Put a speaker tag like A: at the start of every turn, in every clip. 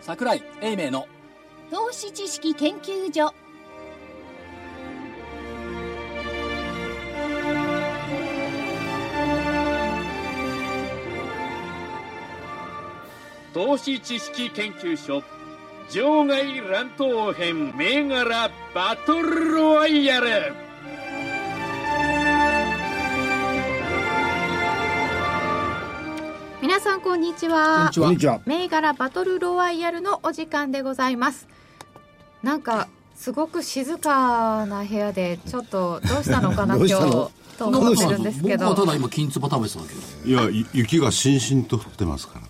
A: 桜井英明の
B: 投資知識研究所
C: 投資知識研究所場外乱闘編銘柄バトルロワイヤル
D: 皆さんこんにちは
E: こんにちは。
D: 銘柄バトルロワイヤルのお時間でございますなんかすごく静かな部屋でちょっとどうしたのかな
E: ど
D: 今日
E: うしたの
D: と思ってるんですけ
E: 僕は
D: ど
E: ただ今金つば食べてたわけです
F: いや、ゆ雪がしんしんと降ってますから。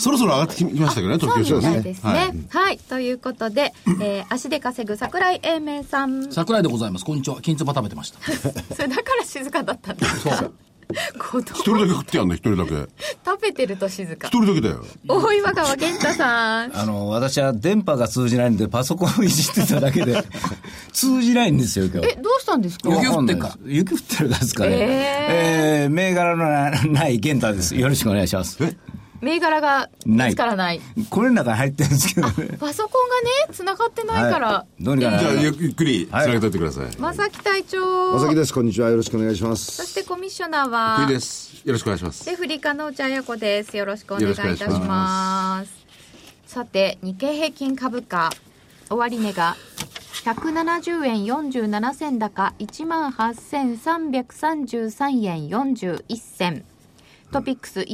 F: そろそろ上がってききましたけどね、東京市
D: そうみ
F: は
D: た
F: ね。
D: いですね。はい、ということで、えー足で稼ぐ桜井英明さん。そ
E: 桜井でございますこんにちは金つば食べてました
D: れだから静かだったんだ。
E: そう
D: 子供
F: 一人だけ食ってやんの、一人だけ。
D: 食べてると静か
F: 一。人だけだよ。
D: 大岩川源太さん。
G: あの、私は電波が通じないんで、パソコンをいじってただけ で、通じないんですよ、今
D: え、
G: 日。
D: どうしたんですか
E: 雪降ってんか
G: わんないです雪降ってるんですかね。
D: え
G: えー銘柄のなない玄太です。よろしくお願いします。
F: え
D: 銘柄が
G: ない
D: 見つからない。
G: これの中に入ってるんですけ どね。
D: パソコンがね、繋がってないから。
G: はいどうにかな
F: じゃあ、
G: ら
F: ゆ
G: ない。
F: ゆっくり、つなげていってください。
D: 正木隊長。
E: まさきですこんにちはよろしくお願いしま
D: そ
E: す
D: してコミッショナーは。
F: 福井です。よろしくお願いします。
D: レフリカの内彩子です。よろしくお願いいたし
F: よろしくお願いし
D: ます。さて、日経平均株価、終値が170円47銭高、18,333円41銭。トピックス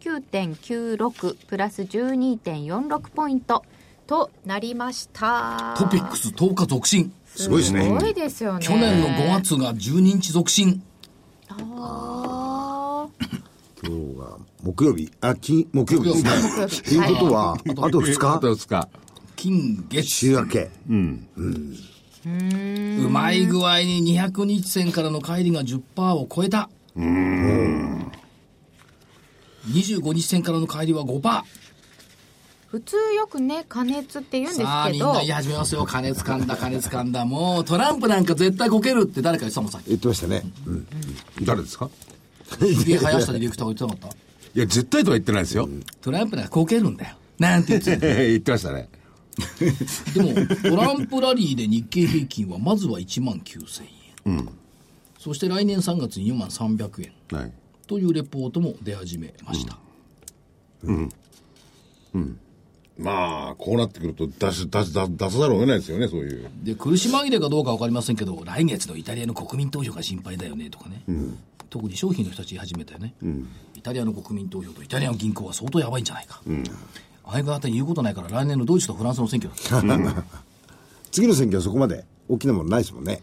D: 1459.96プラス12.46ポイントとなりました。
E: トピックス10日続進
F: すごいですね
D: すごいですよね。
E: 去年の5。月が12日続進
D: あー
H: 今日が木曜日、あ、金、木曜日ですね。と
D: はいいう
H: ことは、あと2
F: あと
H: 日
F: 2日。
E: 金月
H: 週明け。
E: うまい具合に200日線からの乖離が10%を超えたうん25日線からの乖離は5%
D: 普通よくね、加熱って言うんですけど。
E: さあみんな言い始めますよ金つかんだ金つかんだもうトランプなんか絶対こけるって誰か言ってたもんさっき
H: 言ってましたね。うん
F: 誰ですか
E: 家生やしたディレクターが言ってなかった
F: いや、絶対とは言ってないですよ。
E: トランプなんかこけるんだよなんて言って
F: 言ってましたね。
E: でも、トランプラリーで日経平均はまずは1万9000円。そして来年3月に4万300円
F: はい。
E: というレポートも出始めました。
F: まあ、こうなってくると、出し、出し、出出さざるを得ないですよね、そういう。
E: で、苦し紛れかどうか分かりませんけど、来月のイタリアの国民投票が心配だよねとかね。特に商品の人たち言い始めたよね、イタリアの国民投票とイタリアの銀行は相当やばいんじゃないか。相方に言うことないから来年のドイツとフランスの選挙だって
H: 次の選挙はそこまで大きなものないですもんね。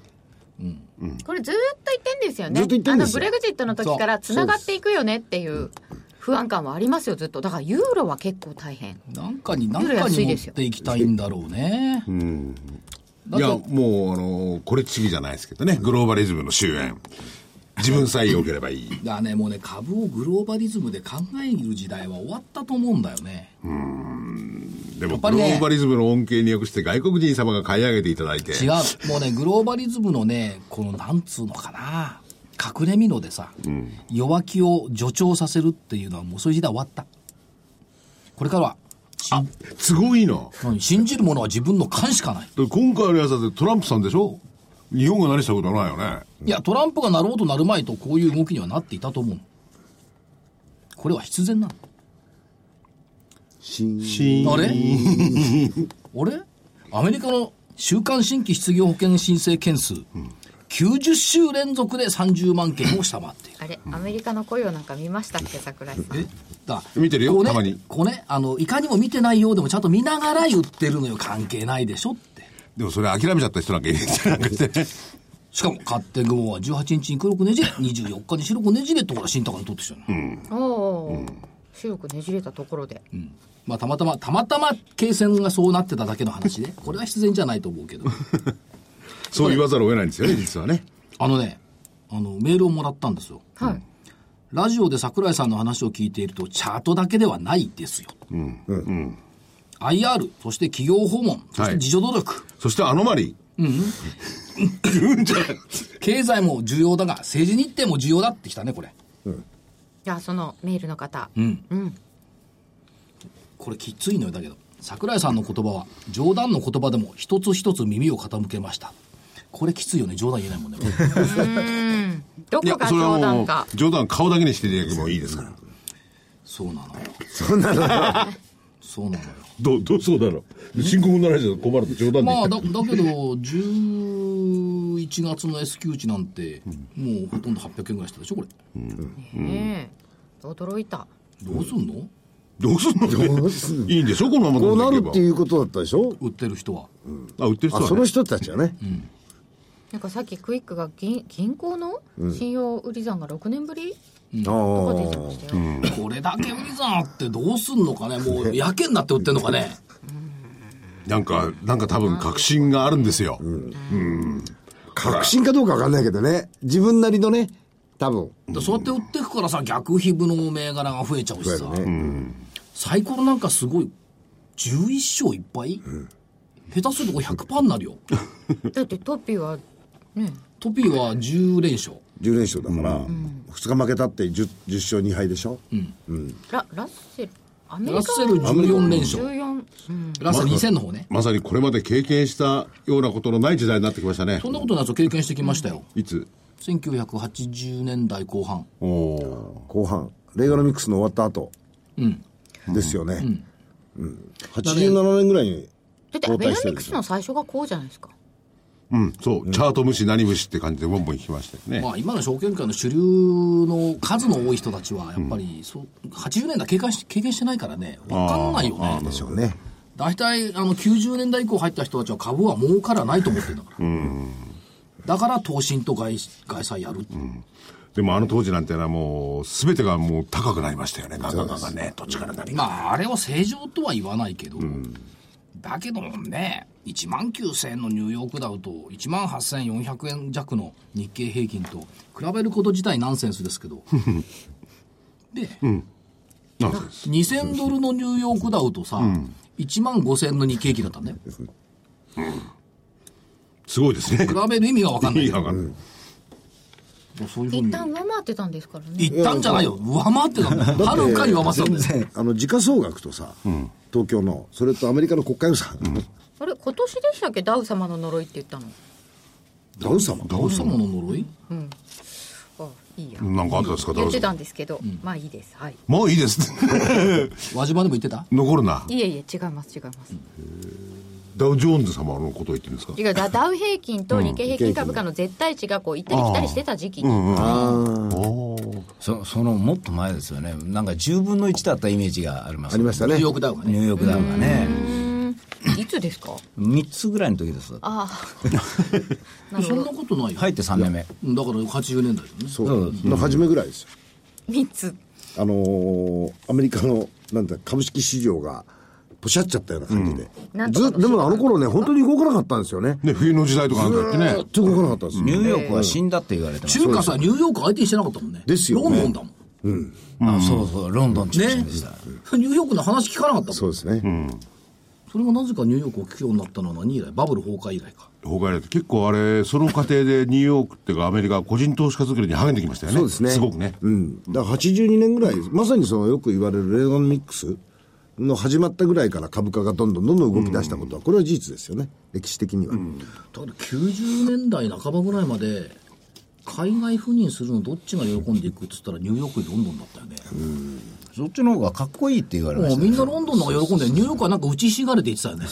D: これずーっと言ってんですよね。
H: ずっと言ってんです
D: あのブ
H: よ
D: レグジットの時から繋がっていくよねっていう不安感はありますよ、ずっと。だからユーロは結構大変。
E: なんかになんかに持っていきたいんだろうね。だ
F: いや、
E: と
F: もう、あのーこれちぎじゃないですけどね。グローバリズムの終焉。自分さえ良ければいい。
E: だからねもうね株をグローバリズムで考える時代は終わったと思うんだよね、
F: で
E: や
F: も、
E: っ
F: グ
E: ぱり
F: ロ
E: ね
F: ーバリズムの恩恵に訳して外国人様が買い上げていただいて。
E: 違うもうねグローバリズムのねこのなんつうのかな隠れみのでさ、弱気を助長させるっていうのはもうそういう時代終わったこれからはしん
F: 都合いいな。
E: 何信じるものは自分の勘しかない
F: だって今回のやつだってトランプさんでしょ日本が何したことないよね。
E: いやトランプがなろうとなる前とこういう動きにはなっていたと思うのこれは必然なのあれあれ アメリカの週間新規失業保険申請件数、90週連続で30万件を下回っている
D: あれ、アメリカの雇用なんか見ましたっけ、桜井さん。
E: だ
F: 見てるよ
E: こうね
F: たまに
E: こうねあのいかにも見てないようでもちゃんと見ながら言ってるのよ関係ないでしょって
F: でもそれ諦めちゃった人なんかいるんじゃなくてね。
E: しかも勝手雲は18日に黒くねじれ24日に白くねじれってほら新高に取ってきたの、
D: おお、白くねじれたところで。
E: まあたまたまたまたま経線がそうなってただけの話でこれは必然じゃないと思うけど
F: そう言わざるを得ないんですよね、実はね。
E: あのね、あの、メールをもらったんですよ。
D: はい。
E: ラジオで桜井さんの話を聞いていると、チャートだけではないですよ。IR、そして企業訪問、そして自助努力、
F: そしてアノマリ
E: 経済も重要だが、政治日程も重要だってきたね、これ。
D: じゃあ、そのメールの方。
E: これきついのよ、だけど。桜井さんの言葉は冗談の言葉でも一つ一つ耳を傾けましたこれきついよね冗談言えないもん ね
D: ど
F: い
D: こ
F: や
D: が
F: それは
D: 冗
F: も
D: 談
F: う
D: か
F: 冗談顔だけにしていただけもいいですから
E: そうなのよ
H: そんなの
E: そうなのよ
A: どう、どうそうだろう。深刻になられちゃ困ると冗談で
E: ま
A: 言
E: あ
A: っ
E: だだ
A: て。
E: けど11月の S q 値なんて、もうほとんど800円ぐらいしたでしょこれ
D: ねえ驚いた
E: どうすんの、
F: どうすんの
H: うすんの
F: いいんでしょこのまま
H: こうな
F: 飲ん
H: る
F: で
H: っ
F: い
H: て
F: け
H: いうことだったでしょ
E: 売ってる人は
F: ばあ売ってる人
H: あ
F: は
H: そ
F: ね
H: の人たちはね
D: なんかさっきクイックが銀銀行の信用売り算が6年ぶり、
H: あ
D: とか出てま
H: あ
D: したよ、
E: これだけ売り算あってどうすんのかねもうやけになって売ってんのかね
F: なんかなんか多分確信があるんですよ、
H: 確信かどうかわかんないけどね自分なりのね多分
E: でそうやって売っていくからさ逆皮膚の銘柄が増えちゃうしさ、サイコロなんかすごい11勝1敗、下手するとこれ100%になるよ
D: だってトピーはね
E: トピーは10連勝
H: 10連勝だから2日負けたって 10, 10勝2敗でしょ
D: ララッセルアメリカ
E: ラッセル14連勝
D: 14、うん、
E: ラッセル2000の方ね
F: まさにこれまで経験したようなことのない時代になってきましたね
E: そんなことのやつを経験してきましたよ、
F: いつ
E: 1980年代後半
F: おお
H: 後半レーガノミックスの終わった後
E: うん
H: ですよねうん87年ぐらいに
D: だってア
H: 交
D: ベ
H: 代
D: ノ
H: して
D: ミ
H: る
D: ク
H: で
D: ス
H: し
D: の
H: ょ
D: 最初がこうじゃないですか
F: うんそう、チャート無視何無視って感じでボンボン引きましたよね、
E: まあ、今の証券界の主流の数の多い人たちは、やっぱり、そう80年代経験し経験してないからね、分かんないよね。
H: でしょうね
E: 大体あの90年代以降入った人たちは株は儲からないと思ってるんだから、だから投信と外外債やるって、
F: でもあの当時なんてのはもう全てがもう高くなりましたよねガンガンガンガンねどっちから何が
E: まああれは正常とは言わないけど、だけどもね1万9000円のニューヨークダウと1万8400円弱の日経平均と比べること自体ナンセンスですけ どで、
F: なんです
E: 2000ドルのニューヨークダウとさ、1万5000の日経平均だったんだよ。
F: すごいですね
E: 比べる意味が分かんないい
F: い。が
E: そういうふう
D: 一
E: に。
D: 旦上回ってたんですからね
E: 一旦じゃないよ。上回ってたんだよ。はるかに上回ってたんだよ。
G: 然。
H: あの時価総額とさ東京のそれとアメリカの国家予算
D: あれ今年でしたっけダウ様の呪いって言ったの
H: ダウ様
E: どうしたもの呪い
D: あいいや、
F: なんかあったんですか
D: 言
F: ど
D: っ
F: う
D: て
F: ぞ
D: たんですけど、まあいいですはい
F: もういいです
E: 輪島でも言ってた
F: 残るない
D: えいえ違います違います、
F: ダウ・ジョーンズ様のことを言ってるんですか
D: 違うだダウ平均と日経平均株価の絶対値がこう行ったり来たりしてた時期に、
G: そそのもっと前ですよねなんか10分の1だったイメージがあります
H: ありましたね
E: ニューヨークダウが
G: ニ
E: ね。
G: ューヨークダウンがね
D: いつですか
G: 3つぐらいの時です
D: ああ なる
E: そ
D: ほ
E: んな
D: ど
E: ことないよ。
G: 入って3年目
E: だから80年代だよね。
H: そうの初めぐらいですよ
D: 3つ
H: あのーアメリカのなんだ株式市場がポシャっちゃったような感じで、
D: なんとかの
H: ずっとでもあの頃ね本当に動かなかったんですよね
F: ね冬の時代とかなんかやって
H: ず
F: ね
H: っと動かなかったんですよ、
G: ニューヨークは死んだって言われてます
E: 中華さ、ニューヨーク相手にしてなかったもんね。
H: ですよね
E: ロンドンだもん。
G: あそうそうロンドン中心でした、
E: ニューヨークの話聞かなかったもん。
H: そうですね、
E: それがなぜかニューヨークを聞くようになったのは何以来バブル崩壊以来か。
F: 崩壊だって結構あれその過程でニューヨークっていうかアメリカは個人投資家作りに励んできましたよね
H: そうですね
F: ごくね
H: うん、だから82年ぐらいまさにそのよく言われるレーガノミックスの始まったぐらいから株価がどんどんどんどん動き出したことは、これは事実ですよね歴史的には、
E: だから90年代半ばぐらいまで海外赴任するのどっちが喜んでいくっつったらニューヨークよりロンドンだったよね、
G: そっちの方がかっこいいって言われま
E: も
G: し
E: う
G: た
E: み
G: ね
E: んなロンドンの方が喜んでニューヨークはなんか打ちひしがれて言ってたよね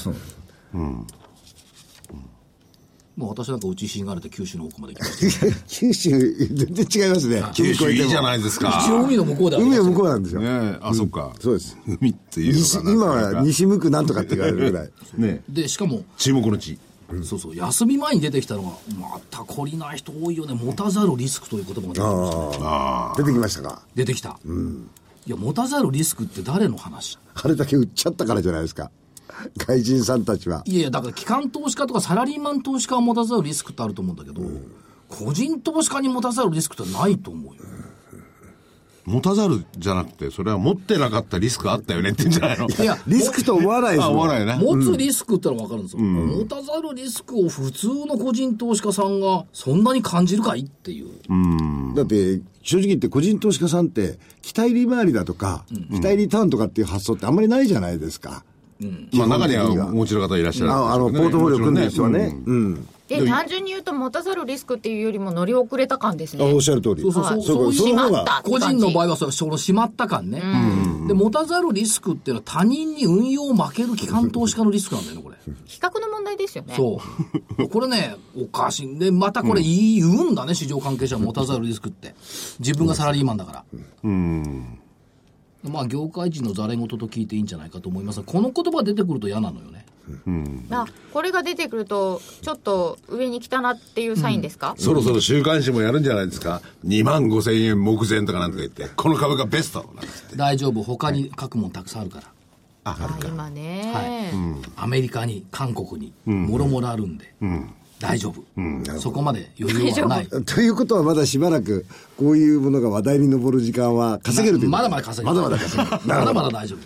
E: もう私なんか打ちひしがれて九州の奥ま で行きまし
H: 九州全然違いますね
F: 九州いいじゃ
H: い
F: ないです
E: た
F: か
E: 一応海の向こうではあります
H: 海は
E: よ
H: 向こうなんですよ、
F: ねえあ、そっか
H: そうです
F: 海っていう
H: 西
F: の
H: 今
F: かな
H: は西向くなんとかって言われ るぐらい
F: ねえ
E: でしかも、
F: 注目の地
E: そうそう休み前に出てきたのがまた懲りない人多いよね持たざるリスクという言葉が出てきましたね
H: 出てきましたか
E: 出てきた、いや持たざるリスクって誰の話
H: あれだけ売っちゃったからじゃないですか。外人さんたちは。
E: いやいや、だから機関投資家とかサラリーマン投資家を持たざるリスクってあると思うんだけど、個人投資家に持たざるリスクってないと思うよ。
F: 持たざるじゃなくてそれは持ってなかったリスクあったよねって言うんじゃないの
E: いや、
H: リスクと思わないで す
F: あ
H: もん。
F: 思わないね
E: 持つリスクってのは分かるんですよ、持たざるリスクを普通の個人投資家さんがそんなに感じるかいっていう。
H: だって、正直言って個人投資家さんって、期待利回りだとか、期待リターンとかっていう発想ってあんまりないじゃないですか。
F: まあ中にはお持ちの方いらっしゃるんですけどね。
H: ああのポートフォリオ組んでる人はね、うん、
D: で単純に言うと持たざるリスクっていうよりも乗り遅れた感です
H: あおっ
D: ね
H: しゃる通り、そう
E: そうそう
H: いうこと
E: そう
H: その方
D: しまった
H: が、
E: 個人の場合はそれそのしまった感ね、で持たざるリスクっていうのは他人に運用を負ける機関投資家のリスクなんだよねこれ
D: 比較の問題ですよね
E: そうこれねおかしいんでまたこれ言うんだね、市場関係者は持たざるリスクって自分がサラリーマンだからまあ業界人のざれ言と聞いていいんじゃないかと思いますがこの言葉出てくると嫌なのよね
D: あこれが出てくるとちょっと上に来たなっていうサインですか、
F: そろそろ週刊誌もやるんじゃないですか。2万5千円目前とかなんとか言って、この株がベストなんつって。
E: 大丈夫他に書くもんたくさんあるから、
F: あ、あるか。
D: 今ね、
E: はいアメリカに韓国にもろもろあるんで、大丈夫、そこまで余裕はない
H: ということはまだしばらくこういうものが話題に上る時間は稼げるという
E: まだまだ稼げる
H: まだまだ稼げる
E: まだまだ大丈夫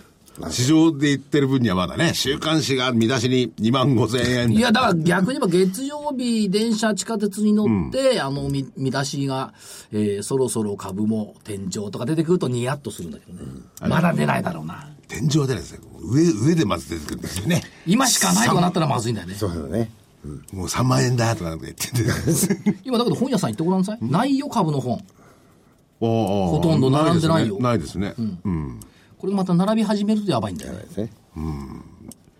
F: 市場で言ってる分にはまだね、週刊誌が見出しに2万5千円。
E: いや、だから逆に言えば月曜日、電車、地下鉄に乗って、あの見、見出しが、えーそろそろ株も天井とか出てくるとニヤッとするんだけどね。まだ出ないだろうな。
F: 天井でですね、上、上でまず出てくるんですよね。
E: 今しかないとかなったらまずいんだよね。
H: そうだね
F: もう3万円だとかなんか言って て。
E: 今だけど本屋さん行ってごらんなさい。ないよ、株の本。
F: ほ
E: ほとんど並んでないよ
F: ないですね。うん。
E: これまた並び始めるとやばいんだよね。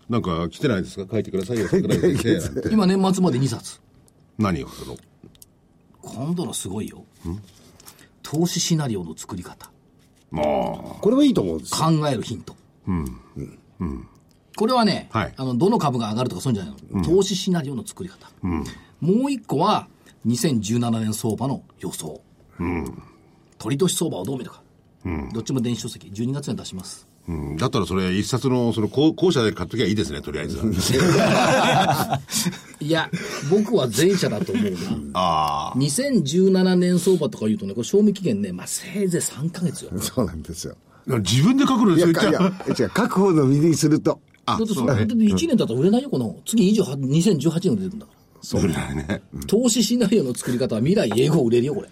F: なんか来てないですか書いてくださいよ。書いてくださいよ来てない
E: 今年末まで2冊。
F: 何をするの
E: 今度のすごいよ。投資シナリオの作り方。
H: これもいいと思うんです よ
E: 考えるヒント。これはね、
F: はい
E: あの、どの株が上がるとかそういうんじゃないの。投資シナリオの作り方。もう一個は、2017年相場の予想。取り年相場をどう見るか。どっちも電子書籍、12月に出します。
F: うんだったらそれ一冊の、その、校校舎で買っときゃいいですね、とりあえ ず。
E: いや、僕は前者だと思うな。
F: あ
E: 2017年相場とか言うとね、これ賞味期限ね、まあ、せいぜい3ヶ月よ。
H: そうなんですよ
F: あ。自分で書くの
H: い
F: で
H: や
F: す
H: い
F: よ、言っちゃう。
H: や違う確保の身にすると
E: だってそれだって1年だったら売れないよ、この。次28 2018年出てるんだから。
F: そうだね。
E: 投資シナリオの作り方は未来英語売れるよ、これ。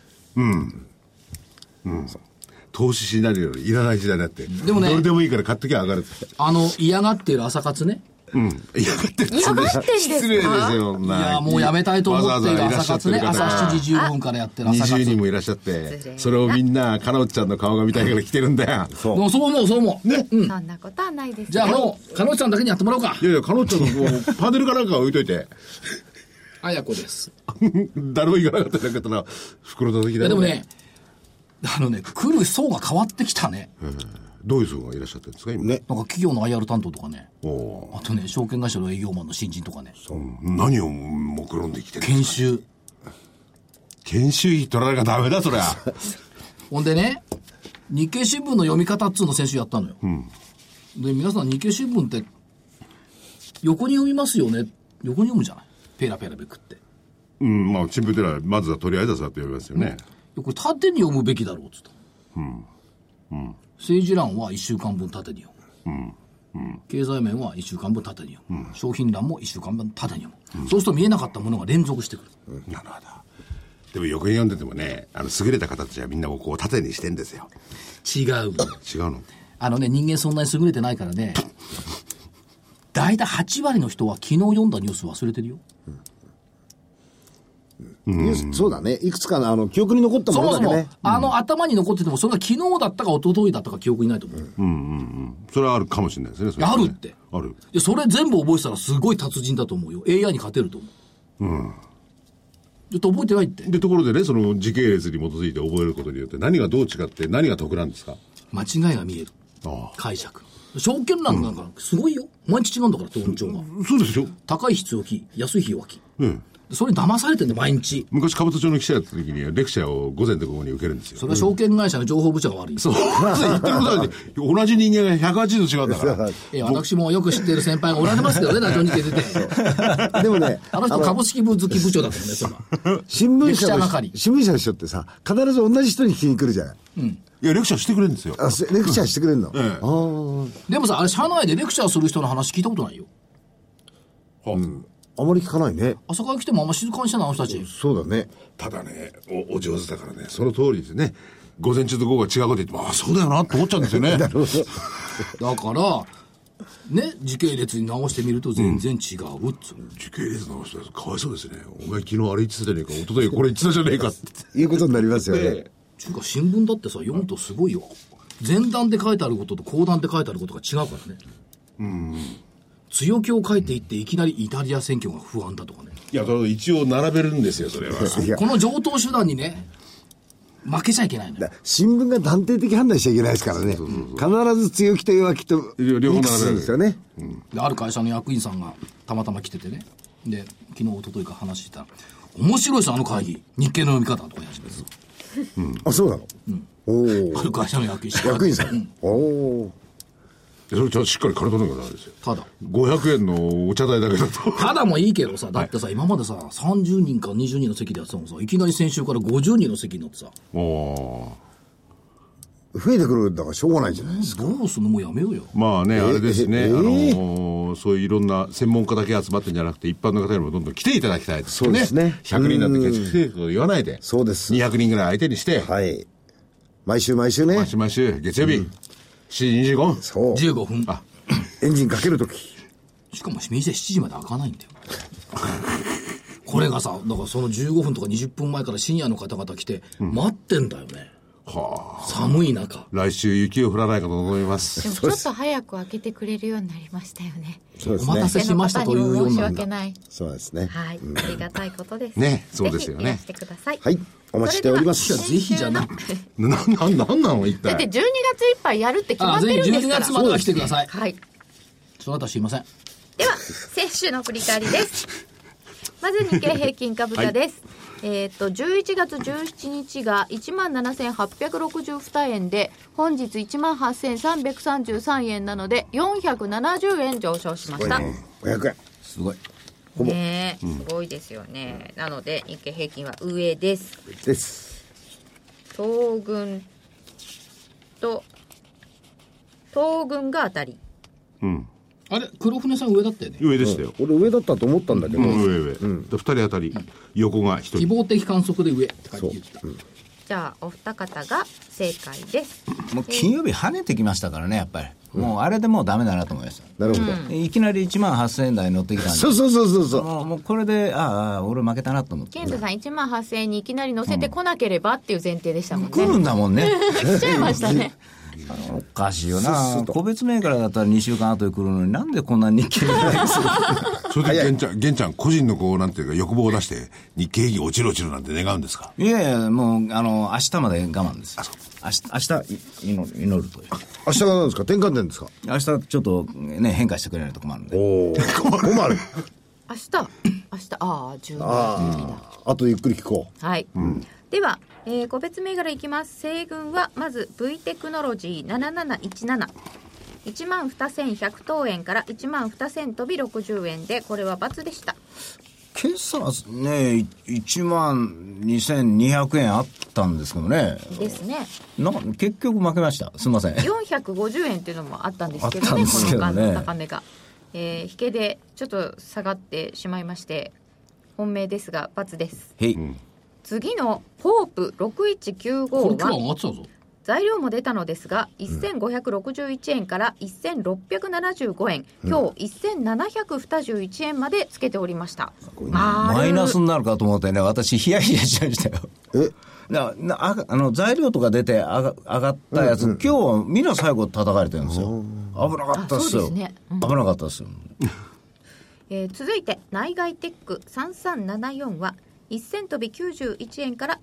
F: 投資しないよりいらない時代だって。
E: でもね
F: どれでもいいから買っときゃ上がるって。
E: あの、嫌がっている朝活ね。
F: うん。いや、だって
D: 嫌がってんですか
F: 失礼ですよ、
E: い
F: な
E: や、もうやめたいと思っている朝活ね。朝7時15分からやってる朝活。
F: 20人
E: で
F: もいらっしゃって、それをみんな、かなおちゃんの顔が見たいから来てるんだよ。
E: もそう思う、そう思う。
D: そんなことはないです
E: じゃあもう、かのちさんだけにやってもらおうか
F: い。やいや、かなおちゃんのこうパネルかなんか置いといて、
E: あやこです。
F: 誰も行かなかったんだったら、袋叩き
E: い
F: だ
E: や、
F: よ
E: でもね、あのね、来る層が変わってきたね。
F: どういう層がいらっしゃってるんですか、今。
H: ね
E: なんか企業の IR 担当とかね。
F: おー
E: あとね、証券会社の営業マンの新人とかね。
F: うん何を目論んできてるんで
E: 研
F: すか
E: 修。
F: 研修費取られなきゃダメだ、そ りゃ。
E: ほんでね、日経新聞の読み方っつうの先週やったのよ。で、皆さん日経新聞って、横に読みますよね。横に読むじゃない。ペラペラめくって。
F: うん、まあ、チンプテラ、まずはとりあえずはさって言われますよね。
E: いやこれ縦に読むべきだろうっつった、政治欄は1週間分縦に読む、経済面は1週間分縦に読む、商品欄も1週間分縦に読む、そうすると見えなかったものが連続してくる、
F: なるほど。でも、よく読んでてもね、あの、優れた方たちはみんなもこう、縦にしてんですよ。
E: 違う
F: 違うの
E: あのね人間そんなに優れてないからね大体8割の人は昨日読んだニュース忘れてるよ
H: ニュースそうだねいくつかのあの記憶に残った
E: そ
H: も
E: も
H: の
E: そ
H: だけ
E: も、
H: ね
E: あの頭に残っててもそれが昨日だったか一昨日だったか記憶にないと思う、
F: それはあるかもしれないですね。それは
E: あ
F: ね
E: るって
F: ある。
E: でそれ全部覚えてたらすごい達人だと思うよ AI に勝てると思うちょっと覚えてないって
F: で、ところでね、その時系列に基づいて覚えることによって、何がどう違って、何が得なんですか
E: 間違いが見える
F: ああ。
E: 解釈証券欄なんかすごいよ、毎日違うんだから論調が
F: そうですよ。
E: 高い必要き安い費用き
F: うん。
E: それに騙されてんだよ毎日
F: 昔、株都町の記者やった時に、レクチャーを午前と午後に受けるんですよ。
E: それは証券会社の情報部長が悪い、
F: そう。言ってることはね、同じ人間が180度違うんだから。
E: ええ私もよく知ってる先輩がおられますけど ね、ラジオに出てて。
H: でもね
E: あの人、株式部好き部長だったもんね、それ は。
H: 新聞
E: レクチャ
H: 社
E: ー
H: の
E: 係
H: 新聞社の人ってさ必ず同じ人に聞きに来るじゃない
F: いや、レクチャーしてくれるんですよ。
H: あせレクチャーしてくれるの、
F: ええ
E: でもさ、あれ、社内でレクチャーする人の話聞いたことないよ。
H: あまり聞かないね
E: 朝会来てもあんま静かにしてない、あの人たち。
H: そうだね
F: ただねお、お上手だからね、その通りですね。 午前中と午後は違うこと言っても、ああ、そうだよなって思っちゃうんですよね。
E: だから、ね、時系列に直してみると全然違うっつうの
F: 時系列の人かわいそうですね。お前昨日あれ言ってたじゃねえか、一昨日これ言ってたじゃねえかって。
H: いうことになりますよね。
E: ちゅうか新聞だってさ、読むとすごいよ。前段で書いてあることと後段で書いてあることが違うからね。強気を書いていって、いきなりイタリア選挙が不安だとかね。
A: いや、それ一応並べるんですよ、それは。
H: いや
E: こ、の上等手段にね、負けちゃいけないのよ。
H: だ新聞が断定的判断しちゃいけないですからね。必ず強気と弱気とミ
F: 両方並べられる
H: ックスするんですよね。
E: である会社の役員さんがたまたま来ててね。で、昨日、一昨日か話してたら、面白いですよ、あの会議。日経の読み方とか言い始めて
H: あ、そうなの、おお。
E: ある会社の役員
H: 役員さ
E: うん
H: ん。おお。
F: それちゃんとしっかり体の中なんですよ。
E: ただ。
F: 500円のお茶代だけだと。
E: ただもいいけどさ、だってさ、今までさ、30人か20人の席でやってたのさ、いきなり先週から50人の席になってさ、
F: おー
H: 増えてくるんだからしょうがないじゃないですか。
E: どうすんのもうやめようよ。
F: まあね、あれですね、
H: ええ
F: あのーそういういろんな専門家だけ集まってんじゃなくて、一般の方にもどんどん来ていただきたいです
H: そうですね
F: 100人だって来てと言わないで、
H: そうです
F: 200人ぐらい相手にして、
H: はい。毎週毎週ね
F: 毎、週毎週、月曜日、7時25分。
H: そう。
E: 15分。
F: あ
H: エンジンかけるとき。
E: しかも店7時まで開かないんだよ。 これがさ、だからその15分とか20分前から深夜の方々来て、待ってんだよね。
F: はあ、
E: 寒い中。
F: 来週雪を降らないかと望みま。
D: ですもちょっと早く開けてくれるようになりましたよね。
H: そうで
E: お
H: す
E: 待
H: ね
E: た。せしましたというよう
D: 申し
E: な
D: 訳ない。
H: そうですね。
D: はい、ありがたいことです。
F: ねそうですよ
D: ぜひい
F: ね
D: らしてください。
H: はいお待ちしております
D: それではい
E: やぜひじゃない
D: 先週の
F: な、な、なんなの一
D: だって12
F: 体。
D: 月いっぱいやるって決ま
E: あ、
D: って
E: ぜ
D: る
E: ひ
D: んです
E: 12
D: から。
E: 月までは来てください。
D: はい。
E: そのあたすいません。
D: では先週の振り返りですまず日経平均株価です、えーっと11月17日が1万7862円で本日1万8333円なので470円上昇しましたね
H: 500円。
G: すごい。
D: えすごいですよね、なので日経平均は上です
H: です。
D: 東軍と東軍が当たり
E: あれ、黒船さん上だったよね。
F: 上でしたよ。
H: 俺上だったと思ったんだけど、
F: うん、上上。2人当たり、横が1人。
E: 希望的観測で上って書いて言ってた。
D: じゃあお二方が正解です
G: もう金曜日跳ねてきましたからね、やっぱり。もうあれでもうダメだなと思いまし
H: なるほど。
G: た。いきなり1万8000円台乗ってきたんで。
H: そうそうそうそうそう。
G: もうもうこれで、ああ、俺負けたなと思って。
D: ケンズさん1万8000円にいきなり乗せてこなければっていう前提でしたもんね。
G: 来るんだもんね。
D: 来ちゃいました ね。
G: おかしいよな。個別銘柄だったら2週間後に来るのに、なんでこんな日経平均する
F: それで、玄ちゃん、玄ちゃん、個人のこう、なんていうか、欲望を出して、日経平均落ちる落ちるなんて願うんですか
G: いやいや、もう、あの、明日まで我慢です。明日、明日、い祈る、祈るという。
H: 明日が何ですか転換点ですか
G: 明日、ちょっと、ね、変化してくれないと困るんで。
H: おお。困る。
D: 明日、明日、ああ、17日
H: ああ。あとゆっくり聞こう。
D: だ。はい。では、えー個別銘柄いきます。西軍は、まず V テクノロジー7717。1万2100等円から1万2000飛び60円で、これは×でした。
G: 今朝はね、い1万2200円あったんですけどね。
D: ですね。
G: な結局負けました。すみません。
D: 450円っていうのもあったんですけ
G: あっ
D: ど
G: たん
D: ね、
G: で
D: こ
G: す
D: の
G: けどね
D: 間の高値が。えー引けで、ちょっと下がってしまいまして、本命ですが、×です。
G: へい。
D: 次のポープ6195
E: これ今
D: は
E: 日上がってたぞ。
D: 材料も出たのですが1561円から1675円、今日1721円までつけておりました、あー
G: マイナスになるかと思ってね、私、ヒヤヒヤしちゃいましたよ。
H: え
G: ななああの材料とか出て上が上がったやつ、今日はみんな最後叩かれてるんですよ。危なかったっす
D: あ
G: よ。
D: そうですねうん
G: 危なかったっすよ。
D: えー続いて内外テック3374は1000飛び91円から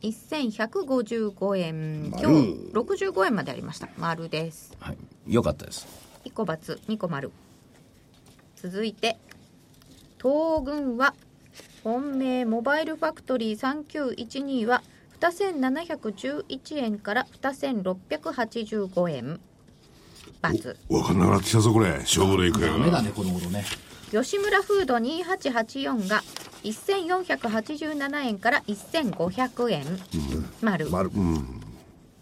D: 1155円今日65円までありました丸です
G: はい、よかったです。
D: 1個×二個丸続いて東軍は本命モバイルファクトリー3912は2711円から2685円×
F: わかんなくなってきたぞ、これ。勝負の行方
E: ダメ
F: が
E: だ。ね、この頃ね。
D: 吉村フード2884が1487円から1500円丸
H: 丸。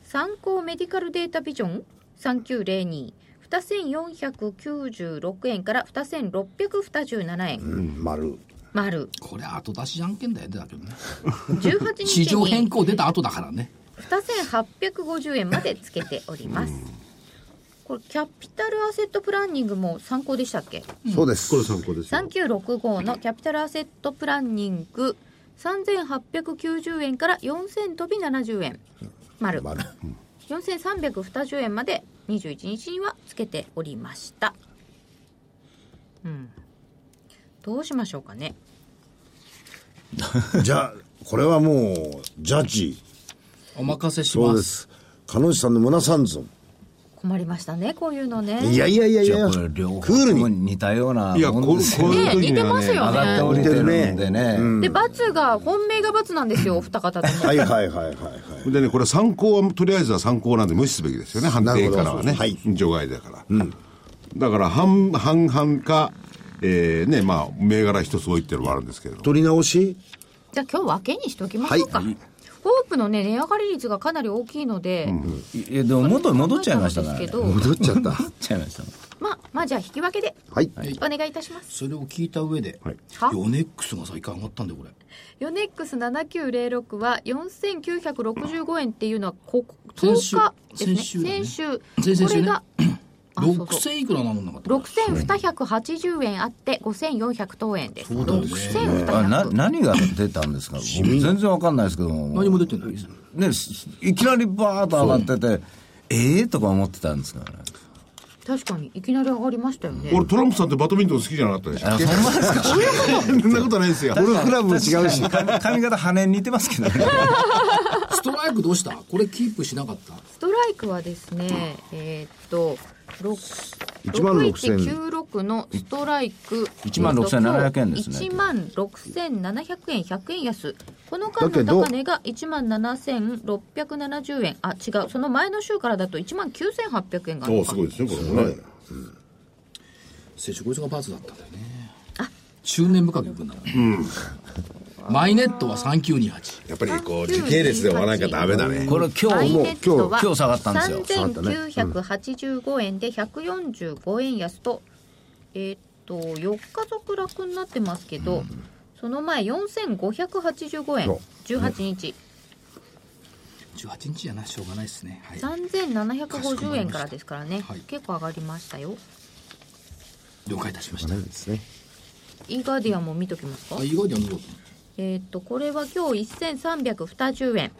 D: 参考メディカルデータビジョン3902 2496円から2627円、
H: うん、丸。
D: 丸
E: これ後出しじゃんけんだよね、だけどね。
D: 18
E: 市
D: 日
E: 場変
D: に
E: 更出た後だからね。
D: 2850円までつけております、これキャピタルアセットプランニングも参考でしたっけ
H: そうです
I: こ。れ参考ですよ。
D: 3965のキャピタルアセットプランニング3890円から4000飛び70円丸
H: 丸
D: 4320円まで21日にはつけておりましたうんどうしましょうかね
H: じゃあ、これはもう、ジャッジ。
E: お任せし
H: そう
E: ま。
H: ですす。彼女さんの胸三寸。
D: 困りましたねこういうのね
H: いやいやいやい
G: じゃ
H: や、
G: あ
H: ク
G: これ両方
H: ール
G: とも
H: に。
G: 似たようない
I: や、こ
G: もん
I: こ
G: ですよ
I: ういう
D: ね
I: 時には
D: 似てますよ
G: 上がって降りてるんでね。
D: で罰が本命が罰なんですよお二方とも
H: はいはいはいはいはい。
F: でね、これは参考は、とりあえずは参考なんで無視すべきですよね、判定からはね。
H: なるほ
F: 除外だから。だから、半、半々か、えー、ね、まあ、銘柄一つ置いっていうのもあるんですけれども。
H: 取り直し
D: じゃあ今日分けにしておきましょうか、ホープのね値上がり率がかなり大きいので、
G: いやでも元に戻っちゃいましたからね。
D: 戻
G: 戻っ
H: 戻っちゃった。
G: ちゃいました。
D: まあまあじゃあ引き分けで
H: はい。
D: お願いいたします
E: それを聞いた上で、
D: は
E: ヨネックスが最下上がったんで、これ。
D: ヨネックス7906は4965円っていうのはここ
E: 先週
D: 10日ですね
E: 先
D: 先週,、
E: 先々
D: こ
E: 週
D: れ
E: ね
D: があそうそう
E: 6000いくらなもんなかったかな
D: 6280円あって5400等円です、
G: あな
D: 6200
G: 何が出たんですか。僕全然わかんないですけども。
E: 何も出てないです。
G: ねすいきなりバーッと上がってて。ええとか思ってたんですからね。
D: 確かにいきなり上がりましたよね、
F: 俺、トランプさんってバドミントン好きじゃなかったでしょ
G: あ、ほんまですか。
F: そんなことないですよ。
H: ゴルフクラブも違うし。
G: 髪髪型羽に似てますけどね。
E: ストライクどうしたこれキープしなかった
D: ストライクはですね、えーっと、6 6196のストライク、
G: 16,700円ですね
D: 1万6700円、100円安。この間
H: だけ
D: の
H: ど
D: 高値が1万7670円。あ、違う。その前の週からだと1万9800円がある
A: お
D: の
A: お、
D: か
A: すごいですね、これもね。
E: 先週こいつがパーツだったんだよね中年深く行くんだから、マイネットは3928
A: やっぱりこう、時系列で追わないかダメだね。
G: これ今
D: マ
G: 日
D: イ
G: もう
D: ネ
G: 今
D: ッ
G: 日
D: トは
G: 今日下がったんですよ。
D: 3985円で145円安と、えーっと、4日続落になってますけど、その前4585円、18日、
E: 18日やなしょうがないですね、はい、
D: 3750円からですからね
E: はい、
D: 結構上がりましたよ。
E: 了解いたしました
H: ですね。
D: イーガーディアンも見ときますか
E: あ。意外には見事
D: えーっと、これは今日1320円。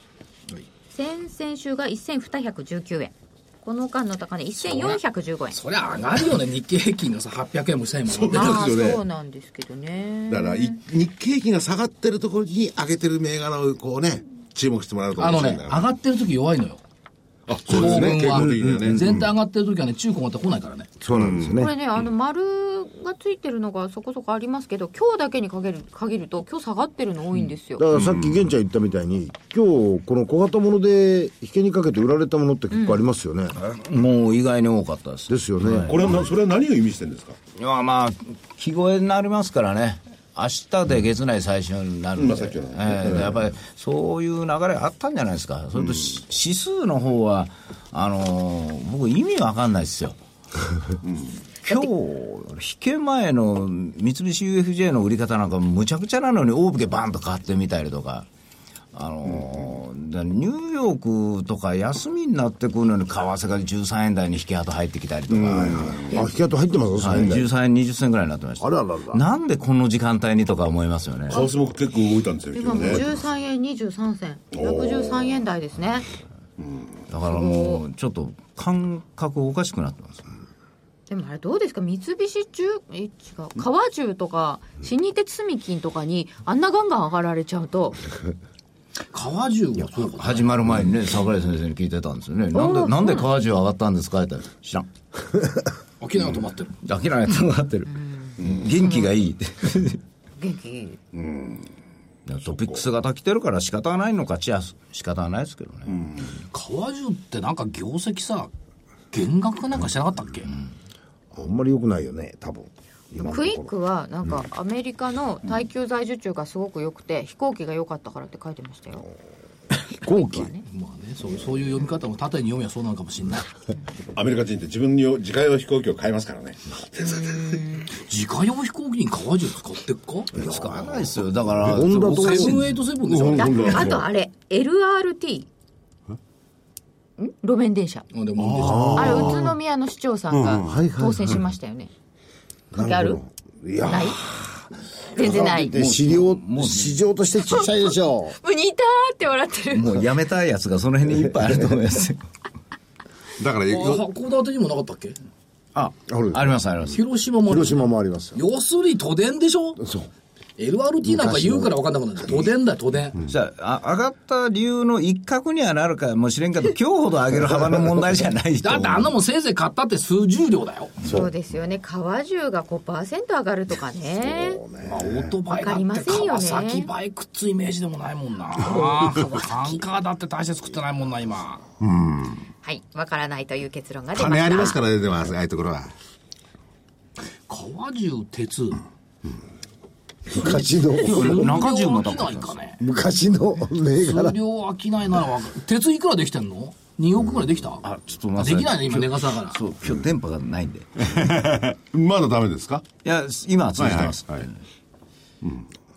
E: はい
D: 先々週が1219円。この間の高値1415円。
E: そりゃ上がるよね日経平均がさ800円も1000円も上がってる
D: ああ、
A: そうですよね
D: そうなんですけどね。
I: だから、い日経平均が下がってるところに上げてる銘柄をこうね、注目してもらうと
E: あ
I: 面
E: の
I: 白
E: ね
I: いんだよ
E: 上がってる時弱いのよ
A: あ、そうですね、
E: 当
A: 結
E: 分は
A: 構的にはね。
E: 全体上がってる時はね中古また来ないからね
H: そうなんです
D: これ
H: ね。
D: ね、あの丸がついてるのがそこそこありますけど、今日だけに限る限ると、今日下がってるの多いんですよ。
H: だからさっき玄ちゃん言ったみたいに、今日この小型物で引けにかけて売られたものって結構ありますよね。
G: もう意外に多かったです。
H: ですよね。
A: これはな、それは何を意味してるんですか
G: いやまあ気声になりますからね明日で月内最終になるんで、ええやっぱりそういう流れあったんじゃないですかそれとし、指数の方はあのー僕意味わかんないですよ今日引け前の三菱 UFJ の売り方なんかむちゃくちゃなのに大武けバンと買ってみたりとかあのーでニューヨークとか休みになってくるのに為替が13円台に引け跡入ってきたりとか、
H: あ、引け跡入ってます
G: はい、
H: それね
G: 13円20銭ぐらいになってました
H: あららら
G: なんでこの時間帯にとか思いますよね
A: 為替も結構動いたんですよ、今
D: 今も
A: 日ね。
D: 13円23銭、113円台ですね。
G: だからもうちょっと感覚おかしくなってます
D: でもあれどうですか三菱中え違う川中とか新日鉄住金とかにあんなガンガン上がられちゃうと
E: 川中はそうか
G: 始まる前にね桜井先生に聞いてたんですよねなん
D: あ
G: で
D: ー
G: なんで川中上がったんですかって言ったら知らん
E: 沖縄止まってる
G: 明らかに上がってる元気がいいって
D: 元気
G: トピックス型来てるから仕方がないのかチアス仕方がないですけどね、
E: 川中ってなんか業績さ減額かなんかしてなかったっけ、
H: あんまり良くないよね、多分。今のと
D: ク
H: ころ
D: イックはなんかアメリカの耐久財受注がすごく良くて飛行機が良かったからって書いてましたよ
H: 飛行機
E: まあねそうそういう読み方も縦に読みはそうなのかもしれない
A: アメリカ人って自分によ自家用飛行機を買いますからね。
E: 自家用飛行機に川中使ってっか
G: 使わないですよだから
H: ホンダと
G: おかしい
E: セブンエイトセブンでしょ
D: ああとあれ LRT 路面電車。
E: でも
D: あれ、宇都宮の市長さんが当選しましたよね。関係ある
H: いや
D: ない全然ない。
H: で、市場、市場としてちっちゃいでしょ。
D: もう似たーって笑ってる。
G: もうやめたいやつがその辺にいっぱいあると思いますよ
F: だから、
E: あ
F: よ
E: 函館にもなかったっけ
G: あ
H: ある
G: ありますあります
E: 広島もある
H: 広島もありますよ。
E: 要するに都電でしょ
H: そう。
E: LRT なんか言うから分かんなくなる都電だよ都電
G: じゃああ上がった理由の一角にはなるかもしれんけど今日ほど上げる幅の問題じゃないと
E: だ
G: 思う
E: ってあんなもんせいぜい買ったって数十両だよ
D: そうですよね。川中が5%上がるとかね。
E: まあ、オートバイだ
D: わかりま
E: って
D: せんよ
E: 川
D: ね
E: 崎バイクっつうイメージでもないもんなあータンカーだって大して作ってないもんな今
D: はい。わからないという結論が出ました。
I: 金ありますからね、でも、ああいうところは。
E: 川中鉄
H: 昔 の、
G: 中中もだ
E: だかかね
H: 昔の銘
E: 数
H: 柄。
E: 量商いならわかる鉄いくらできてんの2億ぐらいできた、
G: あちょっと待
E: で
G: って
E: きないね今寝かさだから
G: そう今日電波がないんでい
F: まだダメですか
G: や今は続いてます、
F: はいはいはい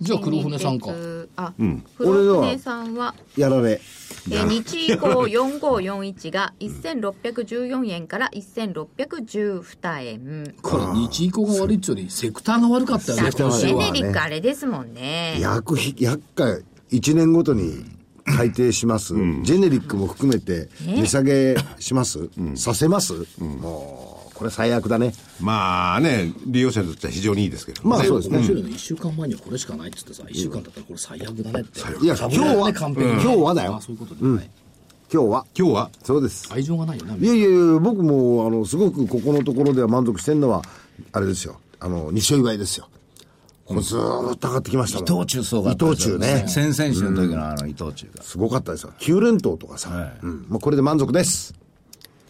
E: じゃあ黒船さんか
D: あ、黒船さんは、
H: やられ。
D: えー日以降4541が1614円から1612円。
E: これ日以降が悪いっつうよりセクターが悪かったよ
D: だ
E: ね
D: って
E: 今
D: ジ
E: 週
D: ェ
E: は
D: ネリックあれですもんね。
H: 約ひ、約回、1年ごとに改定します。ジェネリックも含めて、値下げします。させます。もう、これ最悪だね。
F: まあね、利用者にとっては非常にいいですけど、
H: まあそうですね
E: 今。週の1週間前にはこれしかないっつってさ1週間だったらこれ最悪だねって
H: いや、今
E: 株
H: 日
E: だよね
H: は、
E: 完璧に
H: 今日はだ
E: あ
H: よ。
E: そういうことで、はい
H: 今日は。
F: 今日は
H: そうです。
E: 愛情がないよない
H: やいやいや、僕も、あの、すごくここのところでは満足してるのは、あれですよ。あの、二勝祝いですよ。これずーっと上がってきました
G: 伊
H: もん
G: 藤忠総があ
H: 伊
G: ったで
H: 藤
G: すよ
H: 忠ね。
G: 先々週の時のあの伊藤忠が、
H: すごかったですよ。9連投とかさ。うん。もうこれで満足です。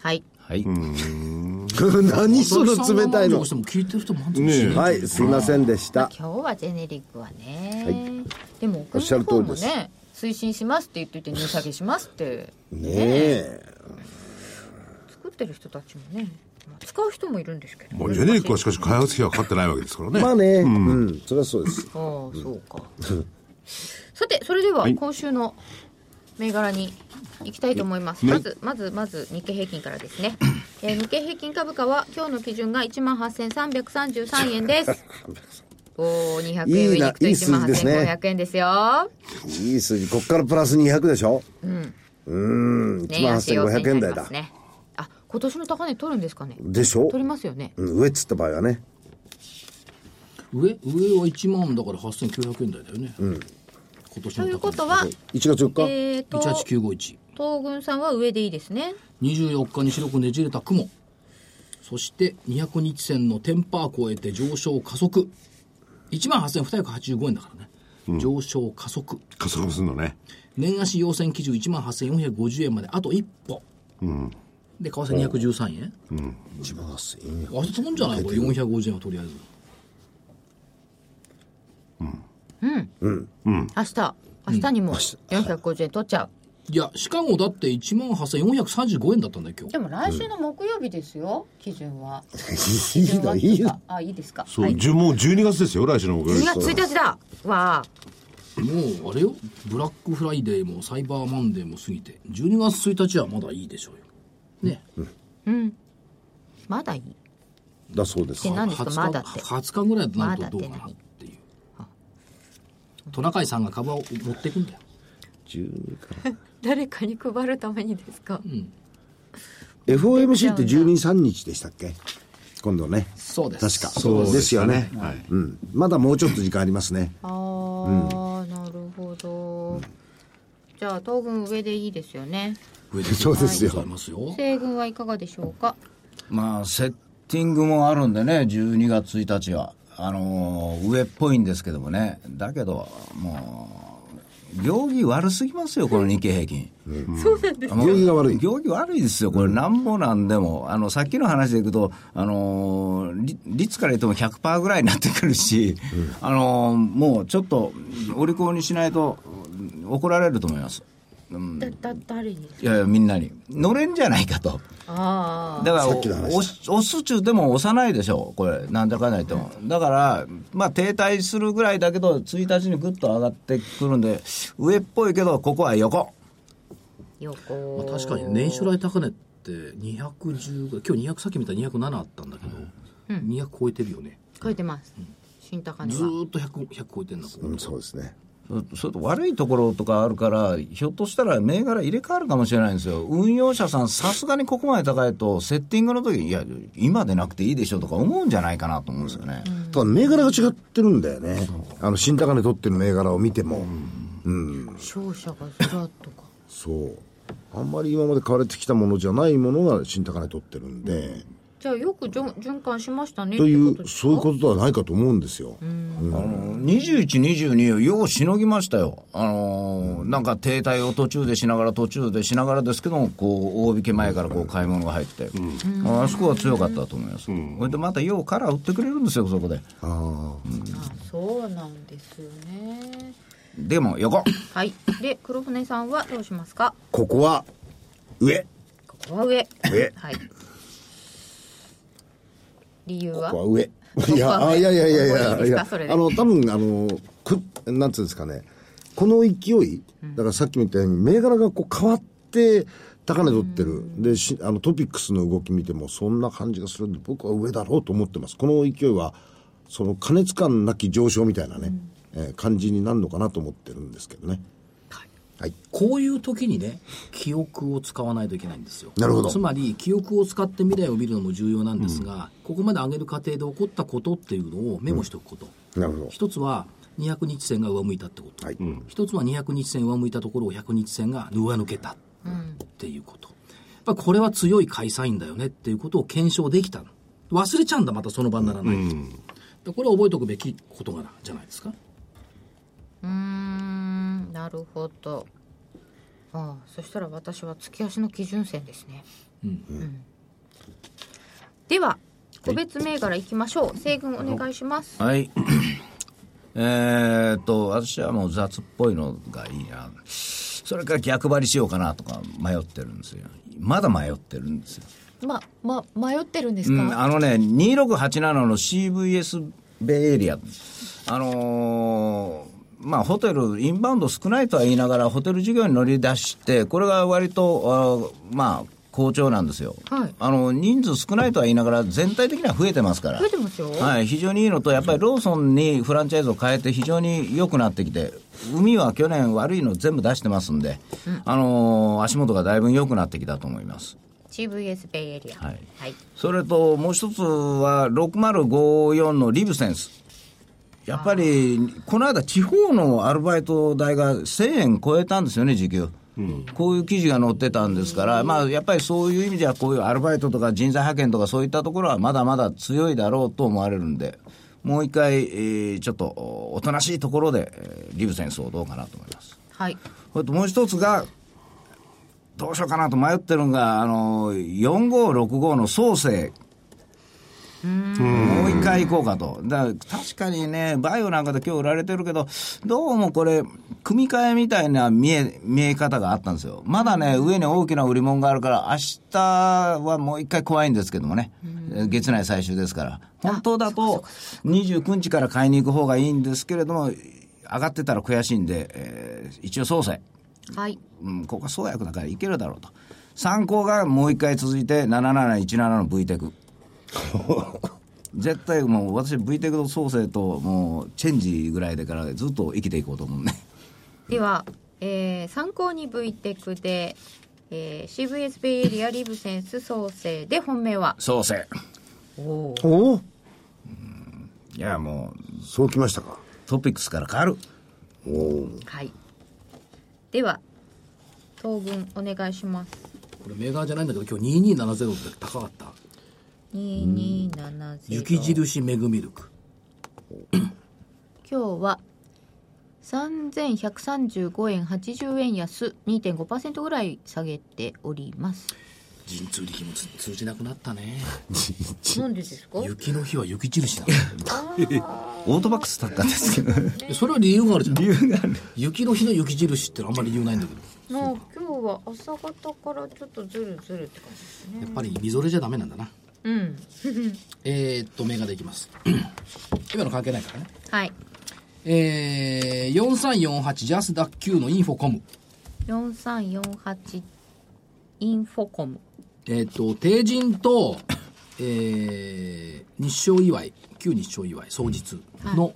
D: はい。
G: はい、
H: 何その冷たい
E: お客。さんが満
H: の
E: 足しても聞いてる人満足しない、
H: はい、すいませんでし
D: まあ
H: た。
D: 今日はジェネリックはね。
H: は
D: でも、
H: おっ
D: 国
H: しゃ
D: の
H: る通
D: 方
H: り
D: も
H: です
D: ね、推進しますって言ってて値下げしますって。
H: ねえ。
D: 作ってる人たちもね、まあ使う人もいるんですけど。
F: もうジェネリックはしかし開発費はかかってないわけですからね。
H: まあね、うん、それはそうです。
D: ああそうか さてそれでは今週の銘柄に行きたいと思います、まずまずまず日経平均からですね、えー日経平均株価は今日の基準が1万8333円ですおお200円上に行くと
H: いいないい
D: 1
H: 数
D: 万
H: 字ですね
D: 8500円ですよ
H: いい数字。こっからプラス200でしょうん。うーん、1万8500円台だ。
D: ねあ今年の高値取るんですかね
H: でしょ
D: 取りますよね
H: うん上っつった場合はね。
E: 上上は1万だから8900円台だよね、今年
D: と
E: の
D: いう
E: 高
D: こ
E: 値
D: とは
H: 1月4日。
D: えーと
E: 18951
D: 東軍さんは上でいいですね
E: 24日に白くねじれた雲そして200日線の10%パー超えて上昇加速1万8285円だからね、上昇加速
F: 加速するのね。
E: 年足要線基準1万8450円まであと一歩、で為替213円、
H: 1万8000円。
E: あそんじゃないこれ450円はとりあえず
D: 明日明日にも450円取っちゃう、
E: いやしかもだって1万8435円だったんだよ今日
D: でも来週の木曜日ですよ、基準は。
H: い
D: 基
H: い
D: 準は
H: の、
D: っ
H: い
D: てい
H: いうの
D: か。あ、いいですか。
F: そう、
D: はい。
F: じゅもう12月ですよ、来週の木曜
D: 2。
F: 日
D: 月1日だわあ。
E: もうあれよブラックフライデーもサイバーマンデーも過ぎて12月1日はまだいいでしょうよね、
D: まだいい。
H: だそうです
D: で。何です
E: 20
D: か、
E: 日
D: まだって。
E: 20日ぐらいとなるとどうかなっていう、トナカイさんが株を持っていくんだよ
D: 誰かに配るためにですか。
H: FOMC って12、3日でしたっけ今度ね。
E: そうで
H: 確か。
E: す
H: そうですよね。うん。まだもうちょっと時間ありますね。
D: ああ、なるほど。じゃあ、東軍上でいいですよね。
E: 上で
H: そうですよ
E: ございますよ
D: 西軍はいかがでしょうか。
G: まあセッティングもあるんでね12月1日はあのー上っぽいんですけどもねだけどもう行儀悪すぎますよこの日経平均
D: そうなんです。
H: 行儀が悪い。
G: 行儀悪いですよ、これ、なんぼなんでも、あのさっきの話でいくと、あのーり率から言っても100%ぐらいになってくるし、あのーもうちょっと、お利口にしないとうん怒られると思います、
D: だ、だ、誰に。
G: いやいや、みんなに、乗れんじゃないかと、
D: あ
G: だから、
H: っきの話だ
G: 押す押す中でも押さないでしょ、これ、なんだかんだ言っても、だから、まあ、停滞するぐらいだけど、1日にぐっと上がってくるんで、上っぽいけど、ここは横。
E: まあ、
D: 横
E: 確かに年初来高値って210ぐらい今日200さっき見たら207あったんだけど、200超えてるよね
D: 書いてます、新高値
E: ず
D: は
E: ーっと 100, 100超えてんだこう
H: うん、そうですね。
J: それと悪いところとかあるから、ひょっとしたら銘柄入れ替わるかもしれないんですよ、運用者さん、さすがにここまで高いと、セッティングの時いや、今でなくていいでしょとか思うんじゃないかなと思うんですよね。
H: ただ銘柄が違ってるんだよね。あの、新高値取ってる銘柄を見ても。
D: 勝者がずらっとか
H: そう。あんまり今まで買われてきたものじゃないものが新高値取ってるんで、
D: じゃあよくじょ循環しましたね
H: と
D: って
H: い
D: こと
H: う、
D: ですか
H: そういうことではないかと思うんですよ。
J: あの21、22をようしのぎましたよ、あのーなんか停滞を途中でしながら、途中でしながらですけども、こう大引け前からこう買い物が入って、ああそこは強かったと思います、それでまたようカラー売ってくれるんですよ、そこで。
D: あそうなんですよね
J: でも横、
D: はいで黒船さんはどうしますか
H: ここは、上。
D: ここは上
H: 上
D: はい理由は
H: ここは上。い
D: ここは
H: や、
D: 上
H: あいやいやいやい
D: ここで
H: や、
D: いいです
H: い
D: か
H: や
D: それで
H: あの、多分、あの、く、なんつうんですかね、この勢い、だからさっきも言ったように、銘柄がこう変わって、高値取ってる。で、しあの、トピックスの動き見ても、そんな感じがするんで、僕は上だろうと思ってます。この勢いは、その、過熱感なき上昇みたいなね、えー感じになるのかなと思ってるんですけどね。はい。
E: こういう時にね、記憶を使わないといけないんですよ。
H: なるほど
E: つまり、記憶を使って未来を見るのも重要なんですが、ここまで上げる過程で起こったことっていうのをメモしておくこと。
H: なるほど。
E: 一つは、200日線が上向いたってこと。
H: はい。
E: 一つは200日線上向いたところを100日線が上抜けたっていうこと。やっぱこれは強い会社員だよねっていうことを検証できたの。忘れちゃうんだ、またその場にならないと。でこれは覚えておくべき事柄じゃないですか。
D: うーんなるほどああそしたら私は月足の基準線ですね、うんでは個別銘柄いきましょう西軍お願いします
J: はい。えーっと、私はもう雑っぽいのがいいな。それから逆張りしようかなとか迷ってるんですよ。まだ迷ってるんですよ。
D: まま迷ってるんです
J: う
D: か、
J: ん、あのね、2687の CVS ベイエリア。あのーまあ、ホテル、インバウンド少ないとは言いながら、ホテル事業に乗り出して、これが割と、あーまあ、好調なんですよ、
D: はい
J: あの人数少ないとは言いながら、全体的には増えてますから、
D: 増えてますよ
J: はい、非常にいいのと、やっぱりローソンにフランチャイズを変えて、非常に良くなってきて、海は去年、悪いの全部出してますんで、あのー足元がだいぶ良くなってきたと思います。
D: CVS ベイエリア
J: はい
D: はい、
J: それともう一つは6054のリブセンス。やっぱり、この間、地方のアルバイト代が1000円超えたんですよね、時給。こういう記事が載ってたんですから、まあ、やっぱりそういう意味では、こういうアルバイトとか人材派遣とか、そういったところはまだまだ強いだろうと思われるんで、もう一回、えーちょっとおとなしいところで、えーリブセンスをどうかなと思います。
D: はい、
J: それともう一つが、どうしようかなと迷ってるのが、あの、4565の創生。もう一回行こうかと。だから確かにね、バイオなんかで今日売られてるけど、どうもこれ、組み替えみたいな見え、見え方があったんですよ。まだね、上に大きな売り物があるから、明日はもう一回怖いんですけどもね。月内最終ですから。本当だと、29日から買いに行く方がいいんですけれども、上がってたら悔しいんで、えー一応総裁。
D: はい、
J: うん、ここは創薬だからいけるだろうと。参考がもう一回続いて、7717の V テク。絶対もう私 V テクと創生ともうチェンジぐらいでからずっと生きていこうと思うね。
D: では、えー参考に V テクで、えー CVS ベイエリアリブセンス創生で本命は
J: 創生。
H: おお
J: いやもう
H: そうきましたか。
J: トピックスから変わる。
D: はいでは東軍お願いします
E: これ、銘柄じゃないんだけど、今日2270って高かった。
D: 2270
E: 雪印メグミルク。
D: 今日は3135円80円安2.5%ぐらい下げております
E: 陣痛力もつ通じなくなったね。
D: なんでですか
E: 雪の日は雪印だ。
J: オートバックスだったんですけ ど。
E: それは理由があるじゃん。理由がある。雪の日の雪印ってのはあんまり理由ないんだけど。
D: もう今日は朝方からちょっとズルズルって感じですね
E: やっぱりみぞれじゃダメなんだな。
D: うん
E: えー、っと、銘柄でいきます。 今の関係ないからね。
D: はい
E: えー、4348ジャスダック9のインフォコム。
D: 4348インフォコム
E: えっ、と、帝人と、えー、日照祝い、旧日照祝い、双日の、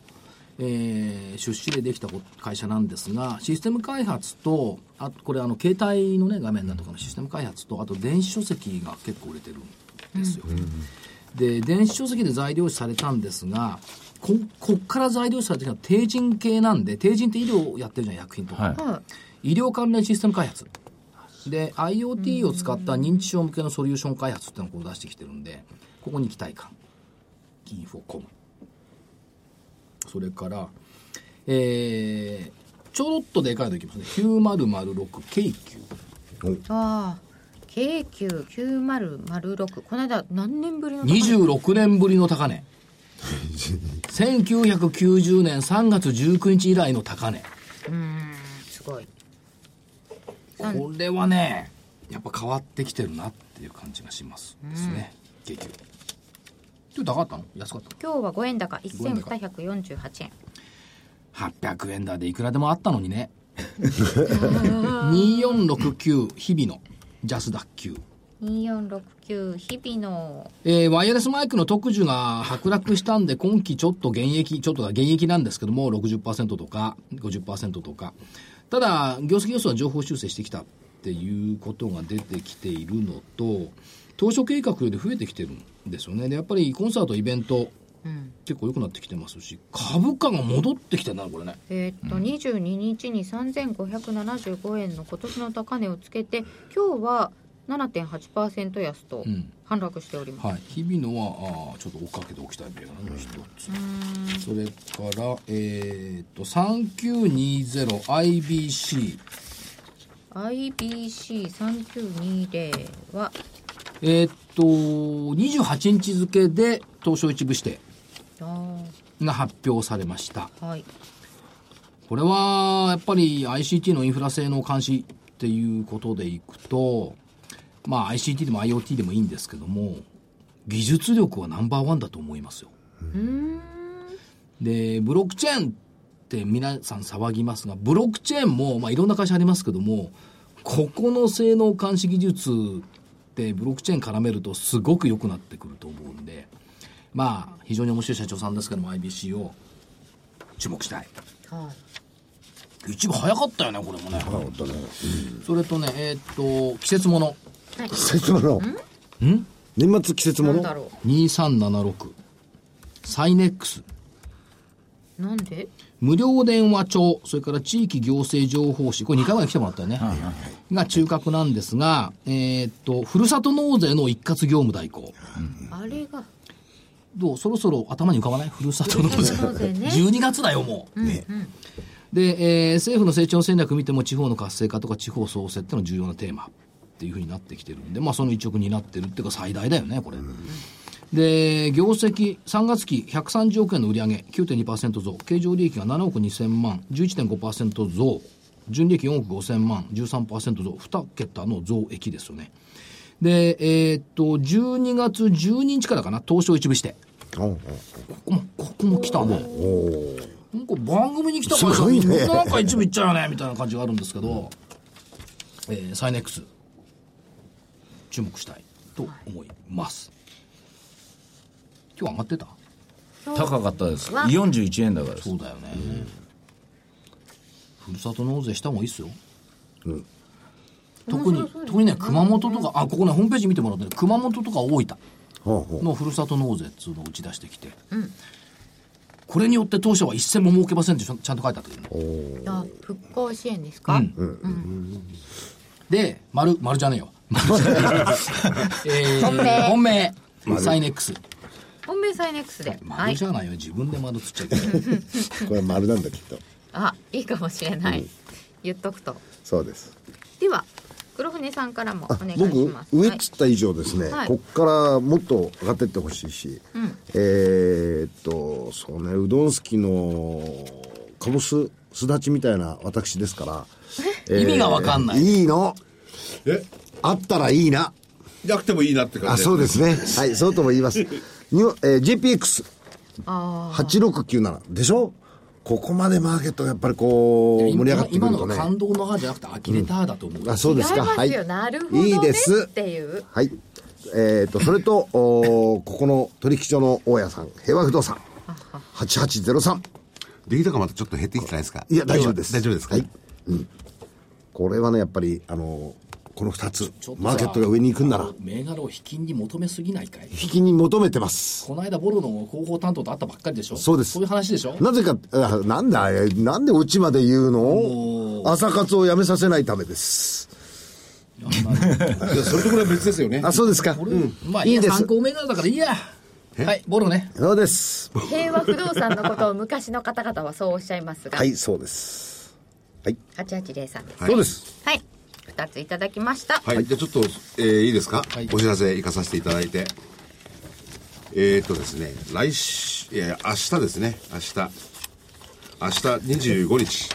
E: えー出資でできた会社なんですが、システム開発と、あこれあの、携帯のね、画面だとかのシステム開発と、あと電子書籍が結構売れてるんですよ。で、電子書籍で材料視されたんですが、こ、こっから材料視されてきたのは、帝人系なんで、帝人って医療をやってるじゃん、薬品とか。医療関連システム開発。で IoT を使った認知症向けのソリューション開発っていうのをこう出してきてるんでここに期待感インフォコムそれからえー、ちょろっとでかいのいきますね 9006K9
D: ああ K9906 この間何年ぶりの高値
E: 26年ぶりの高値1990年3月19日以来の高値
D: すごい
E: これはねやっぱ変わってきてるなっていう感じがしますですね K9 ちょっと高かったの安かった
D: 今
E: の
D: 日は5円高1248円
E: 800円台でいくらでもあったのにね2469日々のジャスダック級
D: 2469日々の
E: えーワイヤレスマイクの特需が剥落したんで、今期ちょっと減益、ちょっとが減益なんですけども、60%とか、50%とか。ただ、業績予想は情報修正してきたっていうことが出てきているのと、当初計画より増えてきてるんですよね。で、やっぱりコンサート、イベント、結構良くなってきてますし、株価が戻ってきてるんだな、これね。
D: えーっと22日に3575円の今年の高値をつけて今日は7.8%安と
E: ん
D: 反落しております、
E: はい、日々のはあーちょっと追っかけておきたい銘柄の一つ、それからえー、っと 3920IBC、
D: IBC3920 は
E: えー、っと28日付で東証一部指定
D: あ
E: が発表されました
D: ーはい
E: これはやっぱり ICT のインフラ性能監視っていうことでいくとまあ ICT でも IoT でもいいんですけども技術力はナンバーワンだと思いますよでブロックチェーンって皆さん騒ぎますがブロックチェーンも、まあ、いろんな会社ありますけどもここの性能監視技術ってブロックチェーン絡めるとすごく良くなってくると思うんでまあ非常に面白い社長さんですけども IBC を注目したい
D: はい
E: 一部早かったよねこれもね早かったね、それとねえーっと季節もの
H: 季節もの年末季節も
D: なん
H: の
D: だろ
E: 2376サイネックス
D: うなんで
E: 無料電話帳それから地域行政情報誌これ2回まで来てもらったよねが中核なんですがえーっとふるさと納税の一括業務代行
D: あれが
E: どうそろそろ頭に浮かばないふるさと納税
D: ふるさと納税ね
E: 12月だよもう、で、えー政府の成長戦略見ても地方の活性化とか地方創生ってのが重要なテーマっていうふうになってきてるんでまあその一翼になってるっていうか最大だよねこれ、で業績3月期130億円の売上9.2%増経常利益が7億2000万11.5%増純利益4億5000万13%増2桁の増益ですよねでえーっと12月12日からかな東証一部してここも、ここも来たね。なんか番組に来たから、
H: すごいね
E: みんななんか一部行っちゃうよね、みたいな感じがあるんですけど、えーサイネックス、注目したいと思います。今日上がってた
G: 高かったです41円だからです
E: そうだよね。ふるさと納税した方がいいっすよ。特に、特にね、熊本とか、あ、ここね、ホームページ見てもらってね、熊本とか大分。
H: ほうほう
E: のふるさと納税っつうのを打ち出してきて、これによって当初は一銭も儲けませんってちゃんちゃんと書いてあったけどね
D: あ復興支援ですか、
E: で丸丸じゃねえよ丸 じゃねえよえー
D: 本命
E: 本命サイネックス
D: 本命サイネックスでは
E: 丸
D: い
E: じゃないよ自分で丸つっちゃ いけない
H: これ丸なんだきっと
D: あいいかもしれない、言っとくと
H: そうです
D: では黒船さんからもお願いし
H: 僕
D: ます
H: 上
D: は
H: っ
D: い
H: つった以上ですね、
D: はい
H: こっからもっと上がってってほしいし、えーっとそうねうどんすきのかぼすすだちみたいな私ですから、
E: 意味がわかんない
H: いいの
I: え
H: あったらいいな
I: なくてもいいなって感
H: あ
I: じ
H: そうですねはいそうとも言いますに、えー、JPX
D: あ
H: 8697でしょここまでマーケットがやっぱりこう、盛り上がってく
E: 今
H: る
E: の
H: と
E: が
H: ね。
E: 感動の派じゃなくて、呆れた派だと思う。
H: あ、そうですか。は
D: 違います
H: い。
D: よなるほどね
H: いいです。
D: っていう
H: はい。えっ、と、それと、おーここの取引所の大家さん、平和不動産、8803。
F: 出来高またちょっと減ってきてないですか
H: いや、大丈夫です。
F: 大丈夫ですか、
H: はい。うん。これはね、やっぱり、あのーこの二つ
E: ちょっ、とさ
H: マーケットが上に行くんなら、
E: 銘柄を引きに求めすぎないかい
H: 引きに求めてます。
E: この間、ボロの広報担当と会ったばっかりでしょ
H: そうです
E: そういう話でしょ
H: なぜか、あなんだ、えなんでオチまで言うの朝活をやめさせないためです。
I: それとこれは別ですよね。
H: あ、そうですか。うん
E: まあ、い
H: い
E: い
H: い
E: や、
H: です
E: 参。考銘柄だからいいや。はい、ボロね。
H: そうです。
D: 平和不動産のことを昔の方々はそうおっしゃいますが、
H: はい、そうです。はい。
D: 8803です
H: そうです。
D: はい2ついただきました、
F: はい、じゃあちょっと、えーいいですか、
E: い
F: お知らせ行かさせていただいて。えー、っとですね、来週、いやいや明日ですね、明日。明日25日。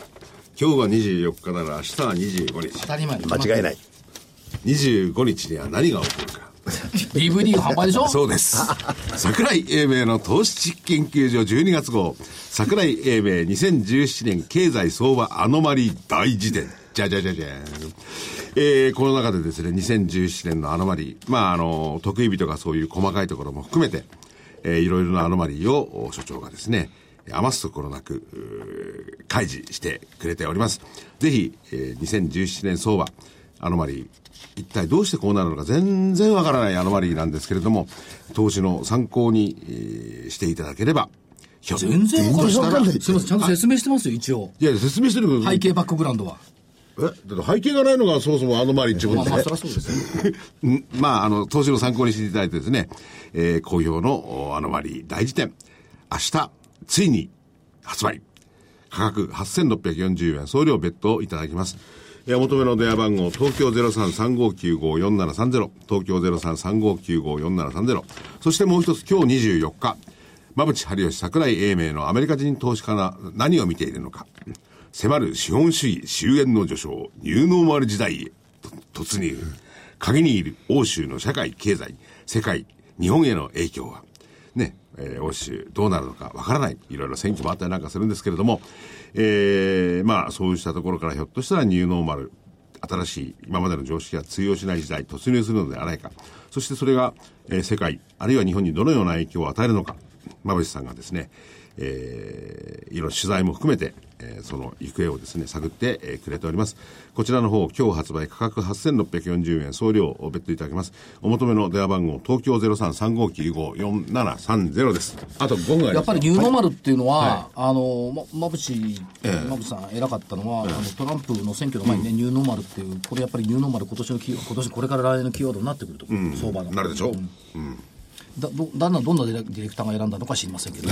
F: 今日は24日なら明日は25
E: 当
F: 日。
E: たり前間
H: 間違いない。
F: 25日には何が起こるか。
E: DVD 販売でし ょ
F: そうです。桜井英明の投資研究所12月号、桜井英明2017年経済相場アノマリー大辞典。じゃじゃじゃじゃん。えー、この中でですね、2017年のアノマリー、まあ、あの、得意日とかそういう細かいところも含めて、えーいろいろなアノマリーをお所長がですね、余すところなく、うー開示してくれております。ぜひ、えー2017年相場、アノマリー、一体どうしてこうなるのか全然わからないアノマリーなんですけれども、投資の参考に、えーしていただければ、ひょっと
E: 全然わかんない
H: 全然わかんない
E: すいません、ちゃんと説明してますよ、一応。
F: いや、説明してるけど、
E: 背景バックグラウンドは。
A: えだって背景がないのがそもそもあの周りってこ
E: ま
A: と
E: あ
A: で
E: まあ、そりゃそうですよ。
F: うん まあ、あの、投資の参考にしていただいてですね、えー、好評のおアノマリー大辞典、明日、ついに発売。価格8640円、送料別途いただきます。えーお求めの電話番号、東京0335954730、東京0335954730、そしてもう一つ、今日24日、馬淵春吉桜井英明のアメリカ人投資家が何を見ているのか、迫る資本主義終焉の序章、ニューノーマル時代へと突入。鍵にいる欧州の社会、経済、世界、日本への影響は、ね、えー欧州どうなるのかわからない。いろいろ選挙もあったりなんかするんですけれども、えーまあそうしたところからひょっとしたらニューノーマル、新しい今までの常識が通用しない時代に突入するのではないか。そしてそれが、えー世界、あるいは日本にどのような影響を与えるのか。馬淵さんがですね、えーいろいろ取材も含めて、えーその行方をですね、探って、えーくれております。こちらの方、今日発売価格8640円、送料を別途いただきます。お求めの電話番号、東京0335954730です。
A: あと5分あり
E: や
A: ま
E: っ
A: す
E: ぱりニューノーマルっていうのは、あの、ま、まぶし、まぶしさん偉かったのは、あのトランプの選挙の前にね、ニューノーマルっていう、これやっぱりニューノーマル今年のキー、今年これから来年のキーワードになってくると思う、相場の。
F: なるでしょう、
E: だどだんだんどんなディレディレクターが選んだのか知りません けど、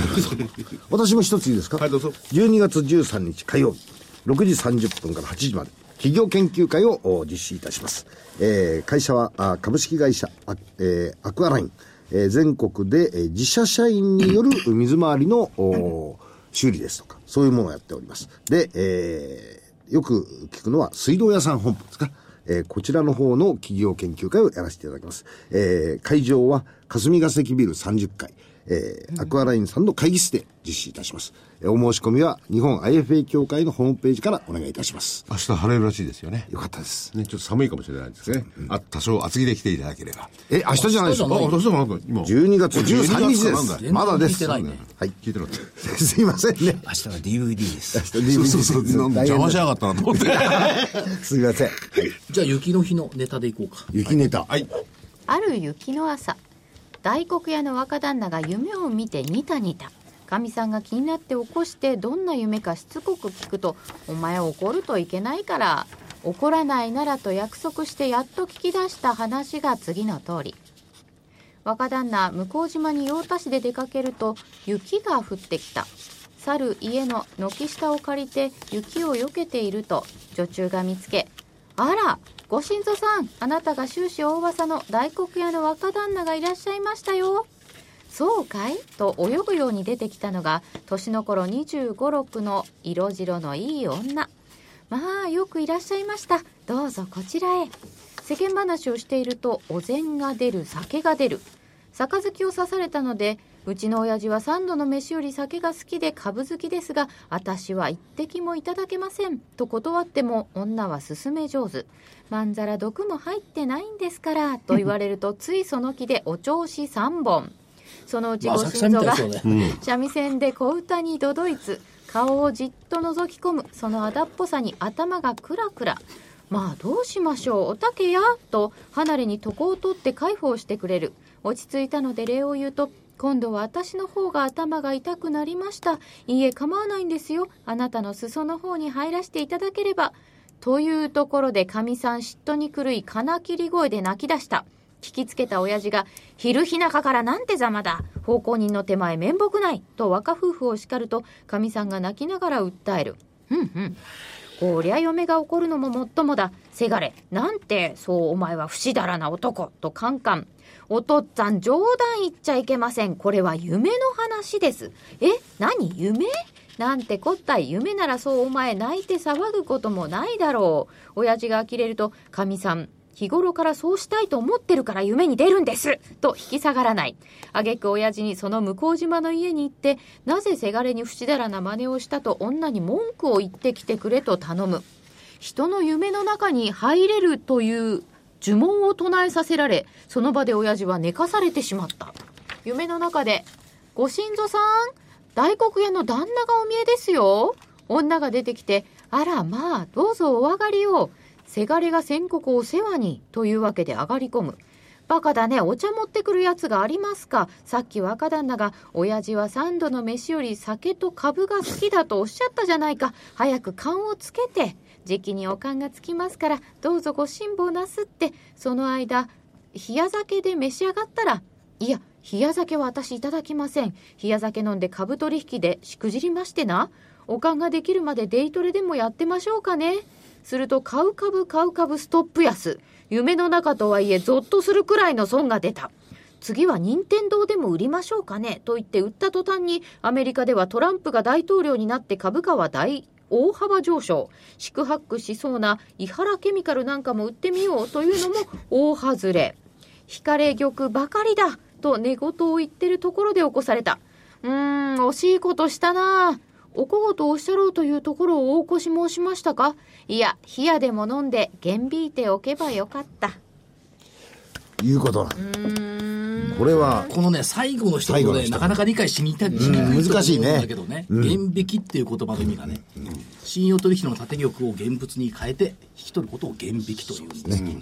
H: 私も一ついいですか
F: はいどうぞ
H: 12月13日火曜日、6時30分から8時まで、企業研究会をお実施いたします。えー会社は、あ株式会社ア,あ、えーアクアライン、えー全国で、えー自社社員による水回りの、お修理ですとか、そういうものをやっております。で、えーよく聞くのは水道屋さん本部ですか。えーこちらの方の企業研究会をやらせていただきます。えー会場は霞ヶ関ビル30階、えーアクアラインさんの会議室で実施いたします。えーお申し込みは日本 IFA 協会のホームページからお願いいたします。
F: 明日晴れるらしいですよね。
H: よかったです。
F: ね、ちょっと寒いかもしれないですね。あ多少厚着で来ていただければ。
H: え、明日じゃないです
E: あ
H: か
E: 明日じゃない
F: どうしたのなんか今。
H: 12月13日
F: 12月なん
H: で
F: だ
H: す。まだです。
E: 全然聞いてないね
H: はい。
F: 聞いてなかった。
H: すいませんね。
G: 明日は DVD です。
F: そうそう そう。なんか邪魔し
H: ゃ
F: やがったなと思って。
H: すいません。はい
E: じゃあ雪の日のネタでいこうか。
H: 雪ネタ。
F: はい。
B: ある雪の朝大黒屋の若旦那が夢を見てニタニタかみさんが気になって起こしてどんな夢かしつこく聞くと「お前怒るといけないから怒らないなら」と約束してやっと聞き出した話が次の通り若旦那向島に用田市で出かけると雪が降ってきた去る家の軒下を借りて雪を避けていると女中が見つけ「あらご新造さんあなたが終始大噂の大黒屋の若旦那がいらっしゃいましたよ」そうかいと泳ぐように出てきたのが年の頃2 5 6の色白のいい女まあよくいらっしゃいましたどうぞこちらへ世間話をしているとお膳が出る酒が出る杯を刺されたので
D: うちの親父は三度の飯より酒が好きで株好きですが私は一滴もいただけませんと断っても女は勧め上手まんざら毒も入ってないんですからと言われるとついその気でお調子3本そのうち
E: まあ
D: ご
E: 浅草
D: 心
E: み
D: 臓
E: たいな
D: が
E: 人だね
D: 三味線で小唄にドドイツ顔をじっと覗き込むそのあだっぽさに頭がクラクラまあどうしましょうおたけやと離れに床を取って介抱してくれる落ち着いたので礼を言うと今度は私の方が頭が痛くなりましたいいえ構わないんですよあなたの裾の方に入らせていただければというところでかみさん嫉妬に狂い金切り声で泣き出した聞きつけた親父が「昼日中からなんてざまだ奉公人の手前面目ない」と若夫婦を叱るとかみさんが泣きながら訴える「うんうんこりゃ嫁が怒るのももっともだせがれなんてそうお前は不死だらな男」とカンカンお父っつぁん冗談言っちゃいけませんこれは夢の話ですえ何夢なんてこったい夢ならそうお前泣いて騒ぐこともないだろう親父が呆れるとかみさん日頃からそうしたいと思ってるから夢に出るんですと引き下がらない挙句親父にその向島の家に行ってなぜせがれに不死だらな真似をしたと女に文句を言ってきてくれと頼む人の夢の中に入れるという呪文を唱えさせられその場で親父は寝かされてしまった夢の中で「ご新造さん大黒屋の旦那がお見えですよ」女が出てきて「あらまあどうぞお上がりを」「せがれが宣告をお世話に」というわけで上がり込むバカだねお茶持ってくるやつがありますかさっき若旦那が親父は三度の飯より酒と株が好きだとおっしゃったじゃないか早く勘をつけてじきにお勘がつきますからどうぞご辛抱なすってその間冷や酒で召し上がったらいや冷や酒は私いただきません冷や酒飲んで株取引でしくじりましてなお勘ができるまでデイトレでもやってましょうかねすると買う株買う株ストップ安夢の中とはいえゾッとするくらいの損が出た次は任天堂でも売りましょうかねと言って売った途端にアメリカではトランプが大統領になって株価は大大幅上昇四苦八苦しそうな伊原ケミカルなんかも売ってみようというのも大外れ引かれ玉ばかりだと寝言を言ってるところで起こされたうーん惜しいことしたなあお小言をおっしゃろうというところを大越し申しましたかいや冷やでも飲んで厳引いておけばよかった
H: いうことなんこれは、
E: このね、最後の人
H: 最
E: も
H: 後の
E: ね、
H: 人
E: なかなか理解しにたい、しにくいと思うんだけどね、現引きっていう言葉の意味がね、信用取引の縦玉を現物に変えて、引き取ることを現引きというんですけどね。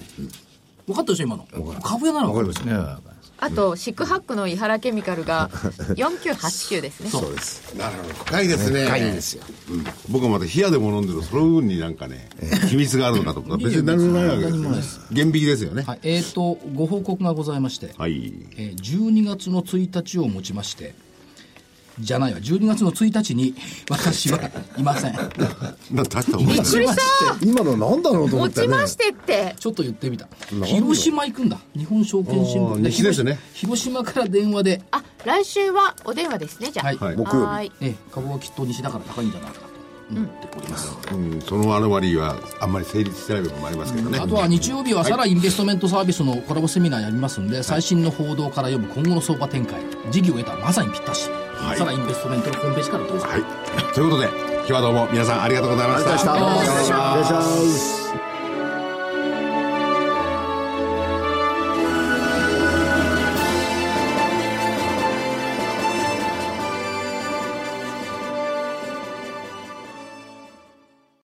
E: 分かったでしょ、今の。株屋なの
H: わかりました。
D: あとシックハックの伊原ケミカル が4989ですね
E: そうです。
F: なるほど深いですね深いです
H: よ、
F: うん、僕はまた冷やでも飲んでるとその部分になんかね秘密があるのかと思ったら別に何もないわけですよね厳引きですよね
E: はい、えー、とご報告がございまして、
F: はい
E: えー12月の1日をもちましてじゃないわ12月の1日に 私はいません
F: な大した思いだね
H: 今のなんだろうと思っ
D: 落
H: たよ
D: ち
H: ね
D: ましてって
E: ちょっと言ってみた広島行くんだ日本証券新
F: あ
E: 聞
F: ー西ですね
E: 広島から電話で、
D: あ来週はお電話ですねじゃあ
E: はい
F: はい
H: 木曜日
D: はーい
E: えー株はきっと西だから高いんじゃないかなと思っております、
F: うんそのアロマリーはあんまり成立してない部分もありますけどね
E: あとは日曜日はサラインベストメントサービスのコラボセミナーやりますんで、最新の報道から読む今後の相場展開事業を得たまさにぴったし、
F: い
E: サラインベストメントのホームページからどうぞ、
F: はいということで今日はどうも皆さんありがとうございました
H: お願いします。